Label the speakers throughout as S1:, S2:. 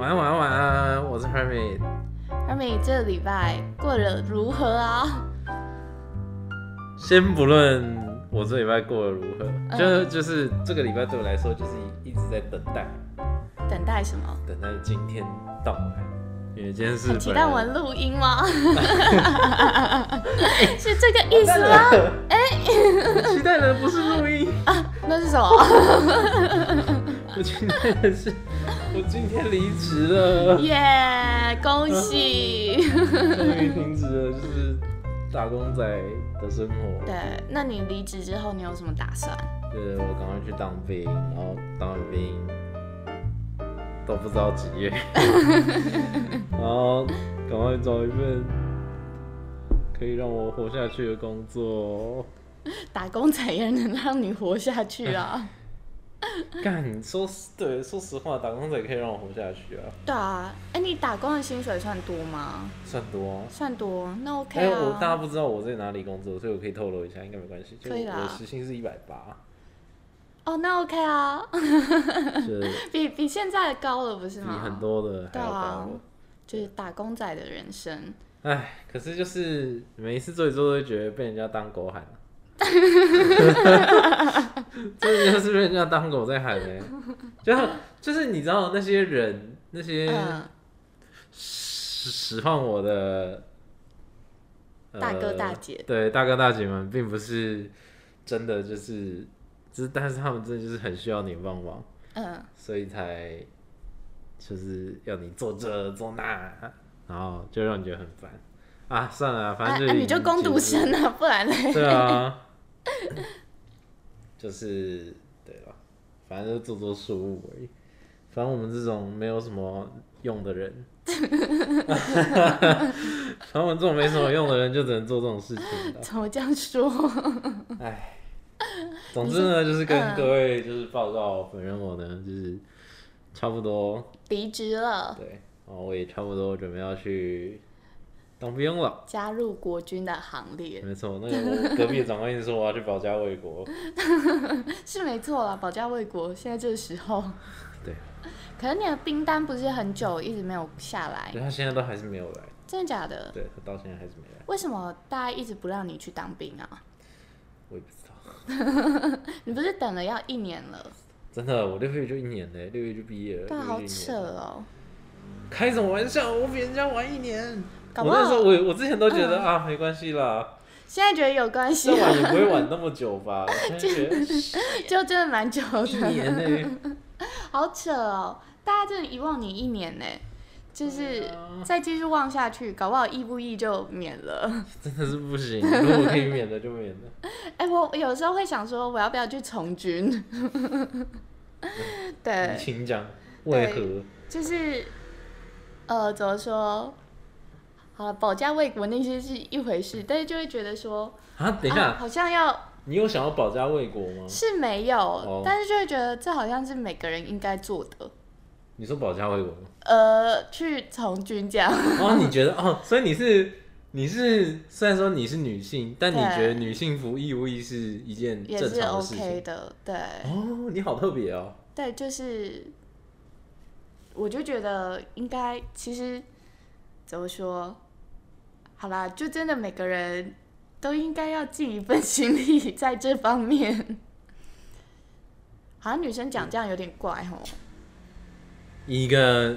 S1: 安晚安，我是 Hermit。
S2: 而美这礼拜过得如何啊？
S1: 先不论我这礼拜过得如何，
S2: 嗯
S1: 就是就是这个礼拜对我来说就是一直在等待，
S2: 等待什么？
S1: 等待今天到来，因为今天是
S2: 很期待我
S1: 本人
S2: 们录音 吗？是这个意思吗？
S1: 哎，我期待的不是录音，
S2: 那是什 么？
S1: 我期待的是我今天离职了，
S2: 耶、恭喜！
S1: 终于停止了就是打工仔的生活。
S2: 对，那你离职之后你有什么打算？
S1: 就是我赶快去当兵，然后当完兵都不知道几 月，然后赶快找一份可以让我活下去的工作。
S2: 打工仔也能让你活下去 啊？
S1: 干，说实对，说实话，打工仔可以让我活下去啊，
S2: 对啊，哎、你打工的薪水算多吗？
S1: 算多、啊。
S2: 算多，那
S1: 哎、
S2: OK
S1: 我大家
S2: 啊。
S1: 不知道我在哪里工作，所以我可以透露一下，应该没关系。就
S2: 可以啦
S1: 我时薪是一百 八，
S2: 哦，那 OK 啊，
S1: 就是
S2: 比比现在高了不是
S1: 比
S2: 吗？
S1: 很多的还要高
S2: 对啊。就是打工仔的人生。
S1: 哎，可是就是每一次做一做，都会觉得被人家当狗 喊、啊，真的就是被人家当狗在喊哎、就是就是你知道那些人那些
S2: 嗯，
S1: 使使唤我的、呃
S2: 大哥大姐
S1: 对大哥大姐们，并不是真的就是，只是但是他们真的就是很需要你帮忙，
S2: 嗯，
S1: 所以才就是要你做这做那，然后就让你觉得很烦啊。算了啊，
S2: 啊
S1: 反正
S2: 啊
S1: 就、
S2: 你就攻读
S1: 生，
S2: 生啊，不然嘞，
S1: 对啊，就是对了，反正就做做事务而已。反正我们这种没有什么用的人， 反正我们这种没什么用的人，就只能做这种事情了。
S2: 怎么这样说？
S1: 唉，总之呢，就是跟
S2: 嗯
S1: 各位就是报告，本人我呢就是差不多
S2: 离职了，
S1: 对，然后我也差不多准备要去当兵了。
S2: 加入国军的行列
S1: 没错，那个我隔壁的长官一直说我要去保家卫 国，
S2: 是没错啦，保家卫国。现在这个时候，
S1: 对，
S2: 可是你的兵单不是很久一直没有下来，
S1: 对他现在都还是没有来，
S2: 真的假的？
S1: 对他到现在还是没来，
S2: 为什么大家一直不让你去当兵啊？
S1: 我也不知道。
S2: 你不是等了要一年了？
S1: 真的，我六月就一年嘞，六月就毕业了，
S2: 对啊，
S1: 六
S2: 好
S1: 月就一
S2: 扯
S1: 年了
S2: 哦。
S1: 开什么玩笑，我比人家晚一年。
S2: 搞
S1: 我
S2: 不
S1: 那时候
S2: 好嗯
S1: 我我之前都觉得、啊没关系啦，
S2: 现在觉得有关系
S1: 再，晚也不会晚那么久吧。我现在觉得哎
S2: 就 真的蛮久的。啊
S1: 一年呢、
S2: 好扯哦！大家真的遗忘你一年呢，就是
S1: 对啊
S2: 再继续忘下去，搞不好义不义就免了。
S1: 真的是不行。如果可以免的就免了。
S2: 哎、我我有时候会想说，我要不要去从军？ 对
S1: 你，请讲为何？
S2: 就是呃，怎么说？好了，保家卫国那些是一回事，但是就会觉得说，
S1: 啊，等一下，
S2: 啊好像要
S1: 你有想要保家卫国吗？
S2: 是没有，
S1: 哦
S2: 但是就会觉得这好像是每个人应该做的。
S1: 你说保家卫国吗？
S2: 呃，去从军这样，
S1: 哦，你觉得哦，所以你是你是虽然说你是女性，但你
S2: 对
S1: 觉得女性服义务役是一件
S2: 也
S1: 正
S2: 是
S1: 常的事
S2: OK
S1: 情。
S2: 的，对。
S1: 哦，你好特别哦。
S2: 对，就是，我就觉得应该，其实怎么说，好啦，就真的每个人都应该要尽一份心力 在这方面。好像女生讲这样有点怪哦，
S1: 以一个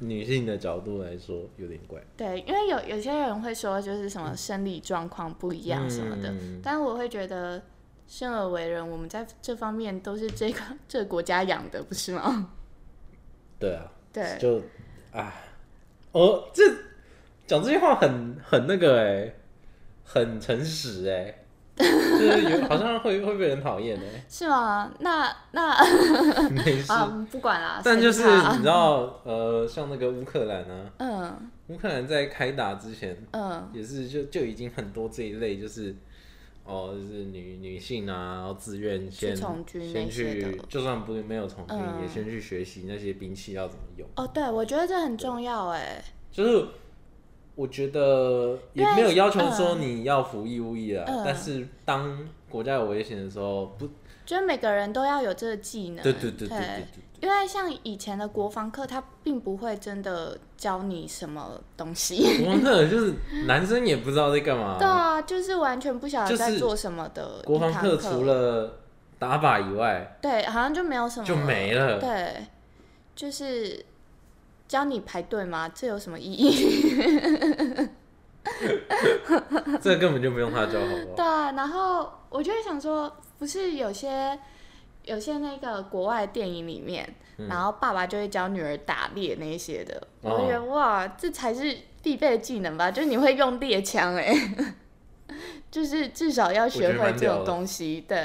S1: 女性的角度来说，有点怪。
S2: 对，因为有有些人会说就是什么生理状况不一样什么的，
S1: 嗯
S2: 但我会觉得生而为人，我们在这方面都是这个这个国家养的，不是吗？
S1: 对啊，
S2: 对，
S1: 就啊，哦，这讲这句话很很那个哎、很诚实哎、 就是有好像会会被人讨厌哎，
S2: 是吗？那那
S1: 没事。
S2: 啊，不管啦，
S1: 但
S2: 谁
S1: 就是
S2: 怕
S1: 你知道， 呃，像那个乌克兰啊，
S2: 嗯
S1: 乌克兰在开打之前
S2: 嗯，
S1: 也是就就已经很多这一类，就是哦，就是女女性啊，然后自愿先
S2: 去从军
S1: 先
S2: 那些
S1: 去
S2: 的，
S1: 就算不没有从军，
S2: 嗯
S1: 也先去学习那些兵器要怎么用。
S2: 哦，对，我觉得这很重要哎。
S1: 就是我觉得也没有要求说你要服义务役啊，
S2: 嗯
S1: 但是当国家有危险的时候，不
S2: 就是每个人都要有这个技能。
S1: 对对对对对对
S2: 因
S1: 对，
S2: 为像以前的国防课，他并不会真的教你什么东西。
S1: 国防课就是男生也不知道在干嘛。
S2: 对啊，就是完全不晓得在做什么的呃一堂课。
S1: 国防课除了打靶以外
S2: 对，好像就没有什么
S1: 就没了。
S2: 嗯对，就是教你排队吗？这有什么意义？
S1: 这根本就不用他教，好不好？
S2: 对啊， 然后我就会想说，不是有些有些那个国外电影里面，
S1: 嗯
S2: 然后爸爸就会教女儿打猎那一些的，我
S1: 哦
S2: 就觉得哇，这才是必备的技能吧？就是你会用猎枪哎、 就是至少要学会这种东西。对，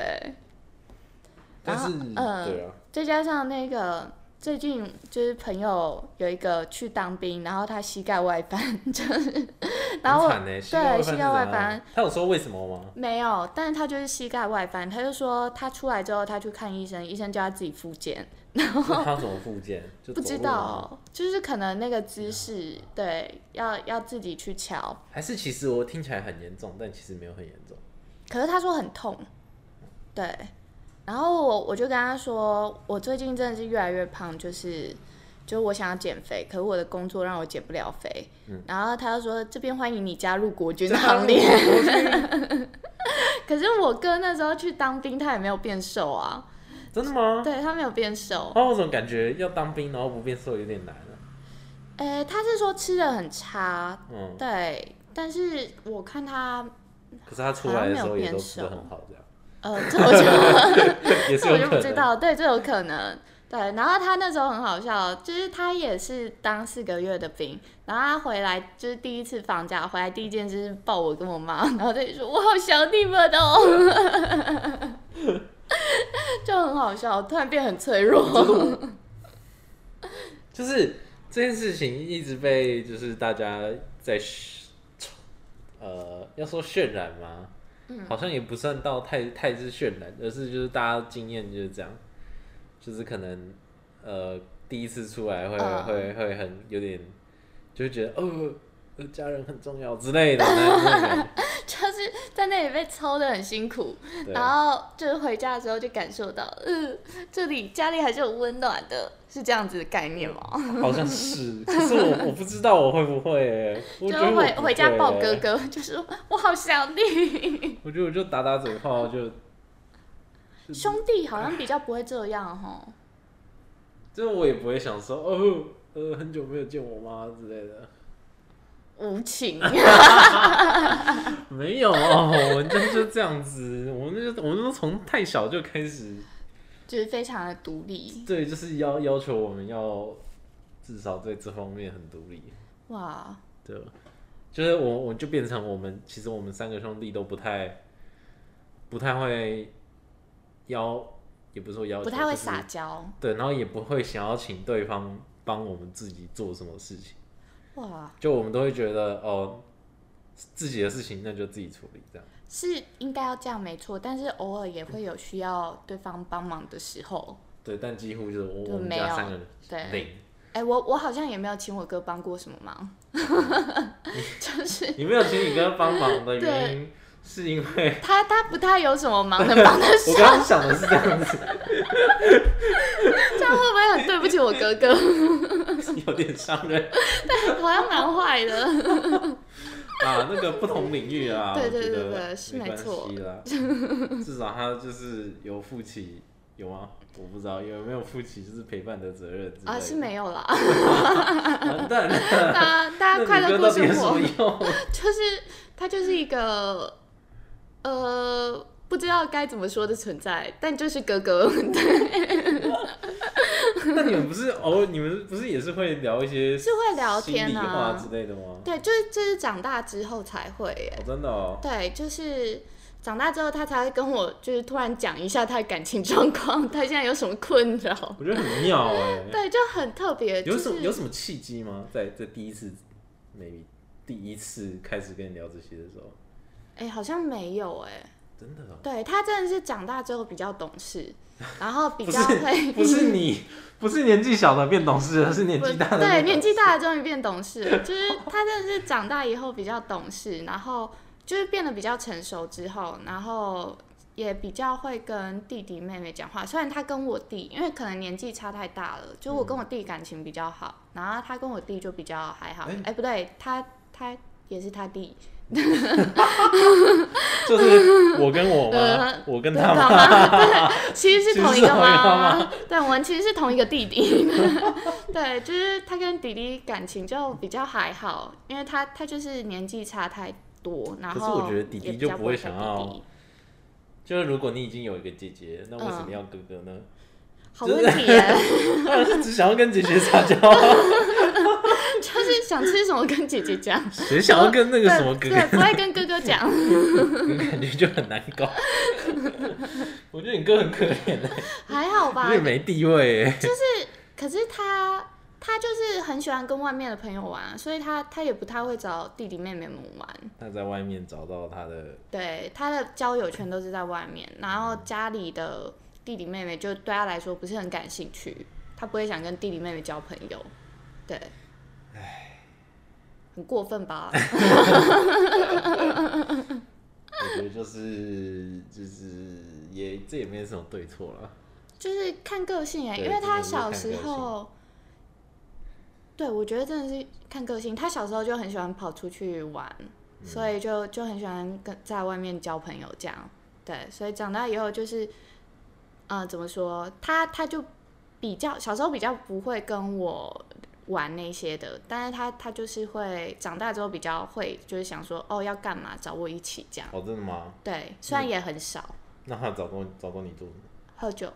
S1: 但是
S2: 然后嗯
S1: 对啊，
S2: 再加上那个最近就是朋友有一个去当兵，然后他膝盖外翻，就是然后
S1: 很
S2: 我
S1: 惨欸
S2: 对
S1: 呢。
S2: 膝盖外
S1: 是怎样啊
S2: 翻。
S1: 他有说为什么 吗？
S2: 没有，但是他就是膝盖外翻，他就说他出来之后他去看医生，医生叫他自己复健，
S1: 那他有什么附件？就
S2: 不
S1: 走
S2: 知
S1: 路吗啊嗯
S2: 道，就是可能那个姿势，对，要要自己去瞧。
S1: 还是其实我听起来很严重，但其实没有很严重。
S2: 可是他说很痛，对，然后我我就跟他说，我最近真的是越来越胖，就是就是我想要减肥，可是我的工作让我减不了肥。
S1: 嗯
S2: 然后他就说这边欢迎你加入国军行 列。可是我哥那时候去当兵，他也没有变瘦啊。
S1: 真的吗？
S2: 对他没有变瘦，
S1: 啊，我怎么感觉要当兵然后不变瘦有点难啊？
S2: 诶、呃他是说吃的很差，
S1: 嗯，
S2: 对，但是我看他，
S1: 可是他出来
S2: 好像
S1: 的时
S2: 没有
S1: 候也
S2: 变
S1: 都吃的
S2: 瘦
S1: 很好，这样
S2: 呃，这我就
S1: 也是
S2: 这我
S1: 有
S2: 就
S1: 可
S2: 不知
S1: 能。啊
S2: 道，对，这有可能，对。然后他那时候很好笑，就是他也是当四个月的兵，然后他回来就是第一次放假回来，第一件事是抱我跟我妈，然后他就说我好想你们哦， 就很好笑，突然变很脆弱，
S1: 就是这件事情一直被就是大家在嘘呃，要说渲染吗？
S2: 嗯
S1: 好像也不算到太太是渲染，而是就是大家经验就是这样，就是可能呃第一次出来会、
S2: 嗯
S1: 会会很有点，就会觉得哦。呃家人很重要之类的，那那种感 觉
S2: 就是在那里被抽的很辛苦。
S1: 对
S2: 然后就是回家的时候就感受到，嗯，这里家里还是有温暖的，是这样子的概念吗？
S1: 好像是，可是我我不知道我会不会欸，我
S2: 就
S1: 觉得
S2: 是
S1: 我
S2: 回
S1: 不
S2: 回家
S1: 会
S2: 抱
S1: 欸
S2: 哥哥，就说我好想 你，
S1: 我觉得我就打打嘴炮就，
S2: 兄弟好像比较不会这样哦。
S1: 就我也不会想说哦，呃，很久没有见我妈之类的，
S2: 无 情，
S1: 没有 哦，我们就就这样子，我们就我们都从太小就开始，
S2: 就是非常的独立
S1: 对，就是要要求我们要至少在这方面很独立，
S2: 哇！
S1: 对，就是我我就变成我们其实我们三个兄弟都不太不太会要，也不是说要求，
S2: 不太会
S1: 就是
S2: 撒娇
S1: 对，然后也不会想要请对方帮我们自己做什么事情，
S2: 哇，
S1: 就我们都会觉得哦，自己的事情那就自己处理这样。
S2: 是应该要这样没错，但是偶尔也会有需要对方帮忙的时候。
S1: 对，但几乎就是我
S2: 就
S1: 我们
S2: 没有
S1: 家三个人
S2: 对
S1: 零，
S2: 哎、我我好像也没有请我哥帮过什么忙，就是
S1: 你没有请你哥帮忙的原
S2: 对
S1: 因是因为
S2: 他他不太有什么忙能帮得
S1: 我
S2: 上，
S1: 刚刚想的是这样子，
S2: 这样会不会很对不起我哥哥？
S1: 有点伤人
S2: 好像蛮坏的。
S1: 啊，那个不同领域啊，
S2: 对
S1: 我
S2: 对
S1: 觉
S2: 对
S1: 得
S2: 对是没
S1: 没关
S2: 错
S1: 系啦，至少他就是有负起有吗？我不知道有没有负起就是陪伴的责任之类的
S2: 啊，是没有啦，
S1: 完蛋了。
S2: 大家大家
S1: 那你
S2: 快乐
S1: 哥
S2: 过
S1: 到底
S2: 生
S1: 有什
S2: 活
S1: 么，用？
S2: 就是他就是一个呃不知道该怎么说的存在，但就是哥哥，
S1: 那你们不是偶尔，你们不是也是会聊一些
S2: 是会聊
S1: 心
S2: 天
S1: 里话
S2: 啊
S1: 之，类的吗？
S2: 对，就是就是长大之后才会耶，
S1: 哦，真的哦，
S2: 对，就是。长大之后，他才会跟我就是突然讲一下他的感情状况，他现在有什么困扰，
S1: 我觉得很妙哎。
S2: 对，就很特别。
S1: 有什
S2: 就
S1: 么
S2: 是
S1: 有什么契机吗？在在第一次，maybe 第一次开始跟你聊这些的时候，
S2: 哎、好像没有哎、
S1: 真的哦，
S2: 对他真的是长大之后比较懂事，然后比
S1: 不
S2: 较会
S1: 是 不是你不是年纪小的变懂事了，是年
S2: 不
S1: 纪大的
S2: 对
S1: 变
S2: 年纪大了终于变懂事了，就是他真的是长大以后比较懂事，然后就是变得比较成熟之后，然后也比较会跟弟弟妹妹讲话，虽然他跟我弟，因为可能年纪差太大了，就我跟
S1: 嗯
S2: 我弟感情比较好，然后他跟我弟就比较还好。哎、
S1: 哎
S2: 不对，他他也是他弟，
S1: 就是我跟我妈
S2: 呃，
S1: 我跟
S2: 对
S1: 他
S2: 吧
S1: 妈，
S2: 对，其实是同一个
S1: 其实是同一个
S2: 妈
S1: 妈
S2: 妈，对，我们其实是同一个弟弟。 对，就是他跟弟弟感情就比较还好，因为他他就是年纪差太多，然
S1: 可是
S2: 后
S1: 我觉得弟弟
S2: 也比
S1: 就
S2: 较
S1: 不
S2: 不会
S1: 会
S2: 叫
S1: 想
S2: 弟
S1: 要
S2: 弟
S1: 就是如果你已经有一个姐姐，那为什么
S2: 嗯
S1: 要哥哥呢？
S2: 好
S1: 就是
S2: 问题耶，
S1: 当然是只想要跟姐姐撒娇啊，
S2: 就是想吃什么跟姐姐讲，
S1: 谁想要跟那个什么哥
S2: 对对，
S1: 哥
S2: 不会跟哥哥 讲。
S1: 感觉就很难搞。 我觉得你哥很可怜的、
S2: 还好吧
S1: 因为，没地位、欸。
S2: 可是他他就是很喜欢跟外面的朋友玩，所以他他也不太会找弟弟妹妹们玩。
S1: 他在外面找到他的，
S2: 对，他的交友圈都是在外面，然后家里的弟弟妹妹就对他来说不是很感兴趣，他不会想跟弟弟妹妹交朋友。对，很过分吧？
S1: 我觉得就是就是也这也没什么对错了。
S2: 就是看个性哎、
S1: 对
S2: 因为他
S1: 真的是看
S2: 小
S1: 个
S2: 时
S1: 性
S2: 候，对我觉得真的是看个性。他小时候就很喜欢跑出去玩，
S1: 嗯
S2: 所以就就很喜欢跟在外面交朋友这样。对，所以长大以后就是，呃，怎么说？他他就比较小时候比较不会跟我玩那些的，但是他他就是会长大之后比较会，就是想说哦要干嘛找我一起这样。
S1: 哦，真的吗？
S2: 对，虽
S1: 嗯
S2: 然也很少
S1: 那他找过找过你做什么？
S2: 喝酒，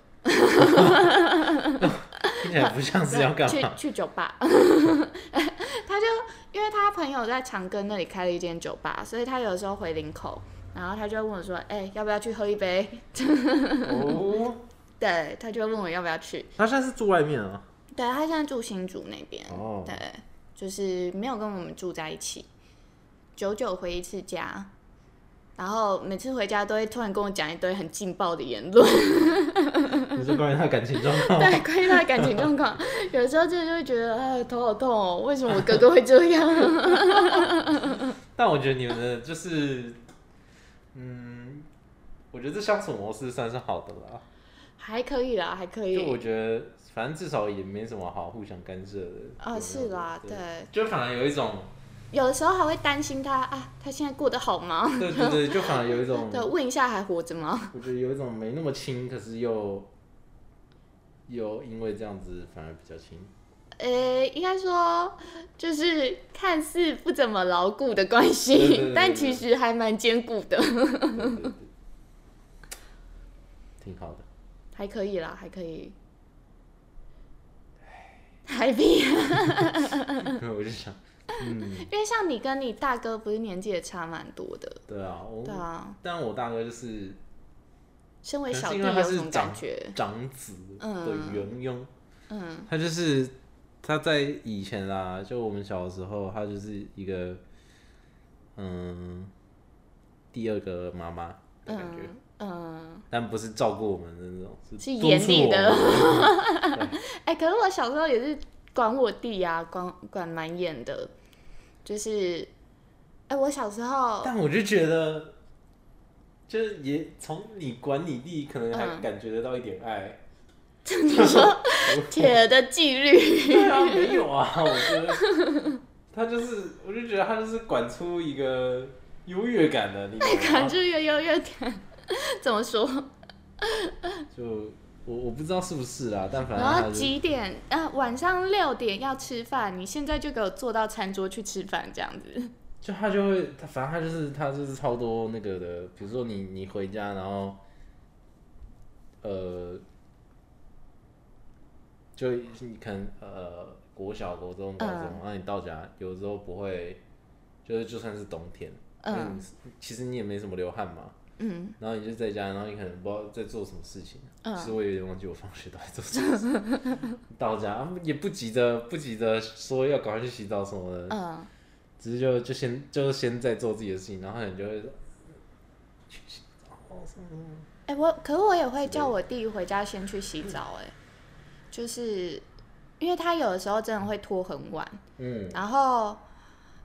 S1: 听起来不像是要干
S2: 去
S1: 嘛？
S2: 去酒吧，他就因为他朋友在长庚那里开了一间酒吧，所以他有时候回林口，然后他就会问我说：“哎、要不要去喝一杯
S1: 哦，？”
S2: 对，他就会问我要不要去。
S1: 他现在是住外面啊。
S2: 对他现在住新竹那边，
S1: 哦，
S2: 对，就是没有跟我们住在一起，久久回一次家。然后每次回家都会突然跟我讲一堆很劲爆的言论，
S1: 你说关于他感情状况，
S2: 对，关于他的感情状况，有时候真的就会觉得啊头好痛哦，为什么我哥哥会这样？
S1: 但我觉得你们的就是，嗯，我觉得这相处模式算是好的啦。
S2: 还可以啦，还可以。
S1: 就我觉得，反正至少也没什么好互相干涉的。
S2: 啊、是啦，
S1: 对。
S2: 对，
S1: 就反而有一种，
S2: 有的时候还会担心他啊，他现在过得好吗？
S1: 对对对，就反而有一种，
S2: 对，问一下还活着吗？
S1: 我觉得有一种没那么亲，可是又又因为这样子反而比较亲。
S2: 呃、应该说就是看似不怎么牢固的关
S1: 对对对
S2: 系
S1: 对，
S2: 但
S1: 对
S2: 其实还蛮坚固的，
S1: 对对对，挺好的。
S2: 还可以啦，还可以。还比，
S1: 因为 我就想，嗯，
S2: 因为像你跟你大哥不是年纪也差蛮多的，
S1: 对啊，我
S2: 对啊。
S1: 但我大哥就是
S2: 身为
S1: 可能是
S2: 小弟
S1: 因为他
S2: 有
S1: 是
S2: 什么
S1: 长
S2: 感觉？
S1: 长子的
S2: 嗯
S1: 元庸，
S2: 嗯，
S1: 他就是他在以前啦，就我们小的时候，他就是一个嗯第二个妈妈的感觉，
S2: 嗯嗯，
S1: 但不是照顾我们的那种，
S2: 是
S1: 督
S2: 严
S1: 促
S2: 厉
S1: 我
S2: 的
S1: 们
S2: 哎、可是我小时候也是管我弟啊，管管蛮严的，就是，哎、我小时 候
S1: 但我就觉得。就是也从你管你弟，可能还
S2: 嗯
S1: 感觉得到一点爱。
S2: 铁的纪 律，
S1: 对啊，没有啊，我觉得他就是，我就觉得他就是管出一个优越感的，你懂吗
S2: 感？觉越优越感， 怎么说？
S1: 就我我不知道是不是啦，但反正
S2: 然
S1: 他
S2: 后
S1: 就是
S2: 几点？呃，晚上六点要吃饭，你现在就给我坐到餐桌去吃饭，这样子。
S1: 就他就会，他反正他就是他就是超多那个的，比如说你你回家，然后呃，就你可能呃国小、国中、高中，
S2: 嗯
S1: 然后你到家有时候不会，就是就算是冬天，
S2: 嗯
S1: 因为你其实你也没什么流汗嘛，
S2: 嗯，
S1: 然后你就在家，然后你可能不知道在做什么事情，
S2: 嗯
S1: 其实我有点忘记我放学到底做什么事情到家啊也不急着不急着说要赶快去洗澡什么的，
S2: 嗯，
S1: 只是就就先就先在做自己的事情，然后你就会说去洗澡什么的
S2: 哎、我可是我也会叫我弟回家先去洗澡、哎，就是因为他有的时候真的会拖很晚。
S1: 嗯，
S2: 然后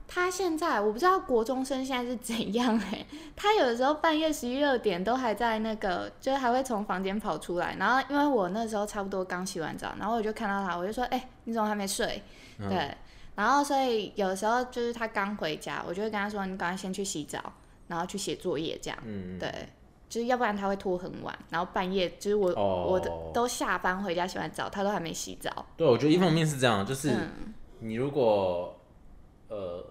S2: 他现在我不知道国中生现在是怎样哎、他有的时候半夜十一二点都还在那个，就是还会从房间跑出来。然后因为我那时候差不多刚洗完澡，然后我就看到他，我就说：“哎、你怎么还没睡？”
S1: 嗯
S2: 对，然后所以有时候就是他刚回家，我就会跟他说：“你赶快先去洗澡，然后去写作业这样。”
S1: 嗯，
S2: 对，就是要不然他会拖很晚，然后半夜就是我、
S1: 哦
S2: 我的都下班回家洗完澡，他都还没洗澡。
S1: 对，我觉得一方面是这样，就是
S2: 嗯
S1: 你如果呃，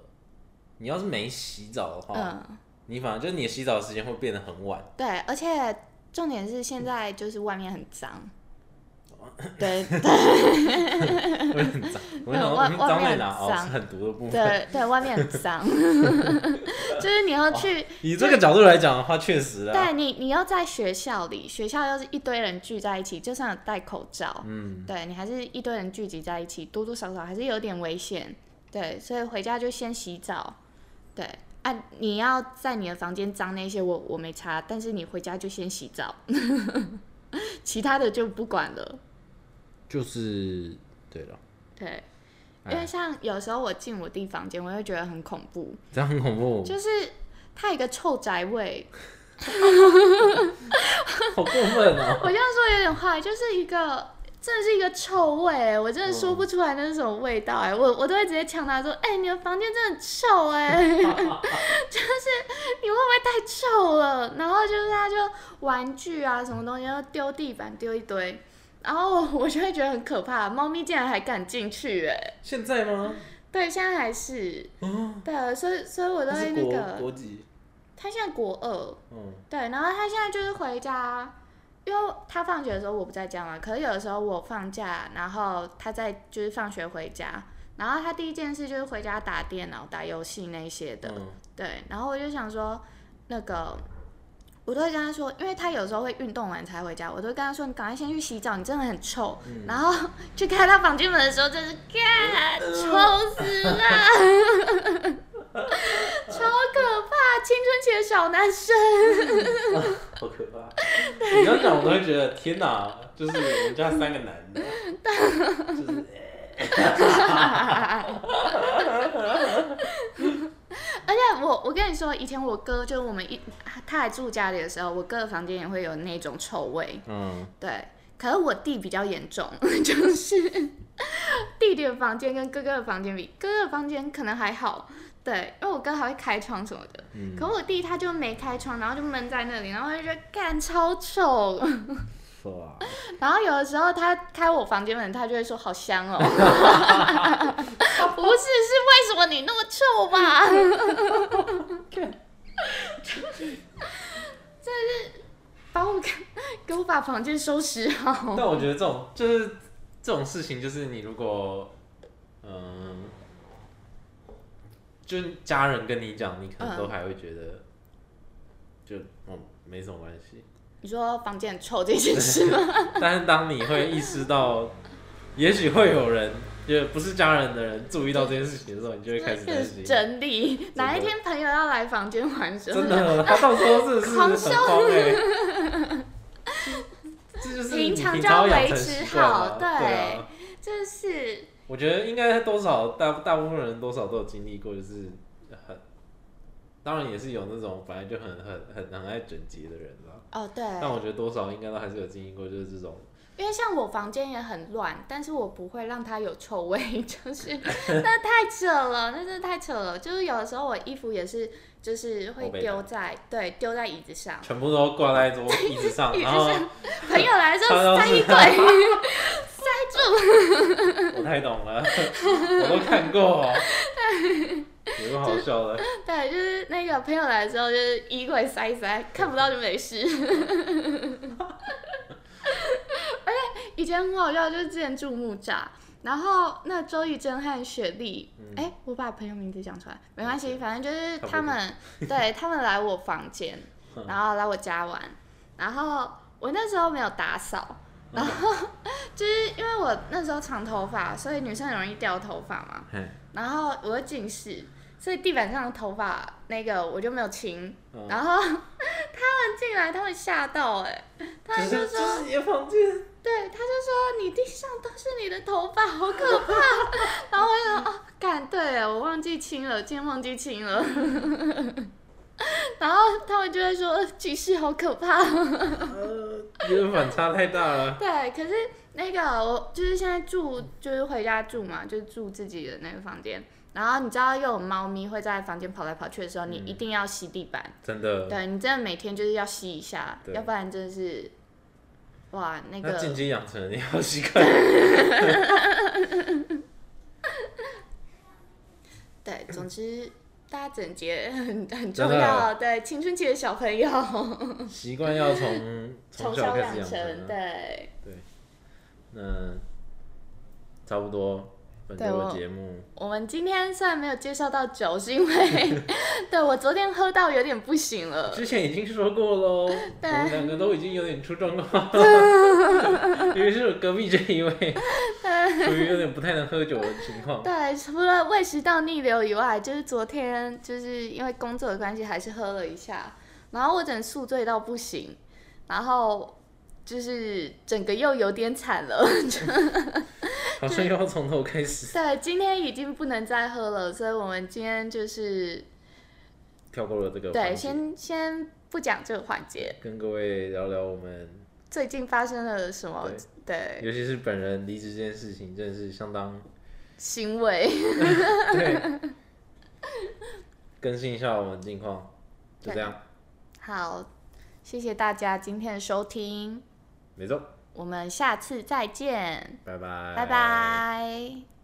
S1: 你要是没洗澡的话，
S2: 嗯，
S1: 你反而就是你的洗澡时间会变得很晚。
S2: 对，而且重点是现在就是外面很 脏。对对
S1: 会很脏。我想说
S2: 外
S1: 嗯
S2: 外
S1: 脏在
S2: 面
S1: 哪？
S2: 很
S1: 哦，
S2: 脏
S1: 是很毒的部分。
S2: 对对，外面很脏， 就是你要去，
S1: 以这个角度来讲的话，确实啊，
S2: 对你你要在学校里，学校又是一堆人聚在一起，就算有戴口罩，
S1: 嗯，
S2: 对你还是一堆人聚集在一起，多多少少还是有点危险。对，所以回家就先洗澡。对啊，你要在你的房间脏那些我我没擦，但是你回家就先洗澡， 其他的就不管了。
S1: 就是对了，
S2: 对，因为像有时候我进我弟房间，我会觉得很恐怖，
S1: 这样很恐怖，
S2: 就是他有一个臭宅味，
S1: 好过分哦。
S2: 我这样说有点坏，就是一个真的是一个臭味，我真的说不出来那是什么味道哎、我我都会直接呛他说，哎、你的房间真的很臭哎、 就是你会不会太臭了？然后就是他就玩具啊什么东西要丢地板丢一堆，然后我我就会觉得很可怕，猫咪竟然还敢进去哎、
S1: 现在吗？
S2: 对，现在还是
S1: 嗯，
S2: 对，所以所以我都
S1: 他
S2: 会
S1: 是
S2: 那
S1: 国
S2: 个，
S1: 国籍，
S2: 他现在国二，
S1: 嗯，
S2: 对，然后他现在就是回家，因为他放学的时候我不在家嘛，可是有的时候我放假，然后他在就是放学回家，然后他第一件事就是回家打电脑、打游戏那些的，
S1: 嗯
S2: 对，然后我就想说，那个我都会跟他说，因为他有时候会运动完才回家，我都会跟他说，你赶快先去洗澡，你真的很臭。然后 去开他房间门的时候，真是干，臭死了， 超可怕，青春期的小男生。
S1: 好可怕。你刚讲，我都会觉得天哪，就是我们家三个男的，就是
S2: 而且我我跟你说，以前我哥就是我们一他还住家里的时候，我哥的房间也会有那种臭味，
S1: 嗯，
S2: 对。可是我弟比较严重， 就是弟弟的房间跟哥哥的房间比，哥哥的房间可能还好，对，因为我哥还会开窗什么的。
S1: 嗯
S2: 可我弟他就没开窗，然后就闷在那里，然后我就觉得干超臭。
S1: 哇，
S2: 然后有的时候他开我房间门，他就会说好香哦。不是，是为什么你那么臭吧？ 这是把我给给我把房间收拾好。
S1: 但我觉得这种就是这种事情，就是你如果嗯，就是家人跟你讲，你可能都还会觉得、就嗯没什么关系。
S2: 你说房间很臭这件事 吗？
S1: 但是当你会意识到，也许会有人就是不是家人的人注意到这件事情的时候，你就会开始担心。
S2: 整理，哪一天朋友要来房间玩什
S1: 真
S2: 么？
S1: 的，他到时候真的是
S2: 狂
S1: 很
S2: 笑
S1: 慌哎、这就是你
S2: 平常
S1: 平
S2: 就要
S1: 常养
S2: 维
S1: 成
S2: 持
S1: 习惯
S2: 好
S1: 啊
S2: 对
S1: 对啊。
S2: 就是
S1: 我觉得应该多少大大部分人多少都有经历过，就是很，当然也是有那种本来就很很很很爱整洁的人啦。
S2: 哦，对，
S1: 但我觉得多少应该都还是有经历过，就是这种
S2: 因为像我房间也很乱，但是我不会让它有臭味，就是 那太扯了，那真的太扯了。就是有的时候我衣服也是，就是会
S1: 后背
S2: 丢在对丢在椅子上，
S1: 全部都挂 在桌椅子上，
S2: 椅子
S1: 然后
S2: 上朋友来的时
S1: 常常
S2: 候 塞
S1: 是
S2: 一 堆，
S1: 我太懂了，我都看过、 哦，有个好笑的，
S2: 对，就是那个朋友来的时候就是衣柜塞一塞，看不到就没事。而且以前很好笑，就是之前住木栅，然后那周以真和雪莉，哎、我把朋友名字讲出来没关系，反正就是他们，对他们来我房间，然后来我家玩，然后我那时候没有打扫，然后 就是因为我那时候长头发，所以女生很容易掉头发嘛，
S1: 嘿
S2: 然后我又近视，所以地板上的头发那个我就没有清。
S1: 嗯
S2: 然后他们进来，他们吓到哎、他
S1: 就
S2: 们就是
S1: 就
S2: 说，
S1: 是你的房间，
S2: 对， 他就说你地上都是你的头发，好可怕。然后我就说哦，干对对我忘记清了，竟然忘记清了。然后他们就会说呃局势好可怕。
S1: 呃，有点反差太大了。
S2: 对，可是那个我就是现在住，就是回家住嘛，就是住自己的那个房间。然后你知道，又有猫咪会在房间跑来跑去的时候，你一定要吸地板。
S1: 真的，
S2: 对你真的每天就是要吸一下，
S1: 对
S2: 要不然真的是，哇，那
S1: 那
S2: 个
S1: 进阶养成了你要习惯。
S2: 对，总之大家整洁很很
S1: 真
S2: 重
S1: 的
S2: 要。对，青春期的小朋友
S1: 习惯要从 从
S2: 从
S1: 小
S2: 小
S1: 开始
S2: 养成，
S1: 养成啊。
S2: 对，
S1: 那差不多，本周
S2: 对
S1: 的
S2: 我
S1: 节目
S2: 我们今天虽然没有介绍到酒，是因为 对我昨天喝到有点不行了。
S1: 之前已经说过喽，我
S2: 呃 对
S1: 们两个都已经有点出状况， 因为是我隔壁这一位属于有点不太能喝酒的情况。
S2: 对，除了胃食道逆流以外，就是昨天就是因为工作的关系，还是喝了一下，然后我整个宿醉到不行，然后就是整个又有点惨了。
S1: 好像又要从头开始
S2: 对，今天已经不能再喝了，所以我们今天就是
S1: 跳过了这个环
S2: 对，
S1: 节，
S2: 先先不讲这个环节，
S1: 跟各位聊聊我们，
S2: 最近发生了什么对
S1: 尤其是本人离职这件事情，真的是相当
S2: 行为？
S1: 对。 更新一下我们近况，就这样，
S2: 好，谢谢大家今天的收听，
S1: 没错，
S2: 我们下次再见，
S1: 拜拜，
S2: 拜拜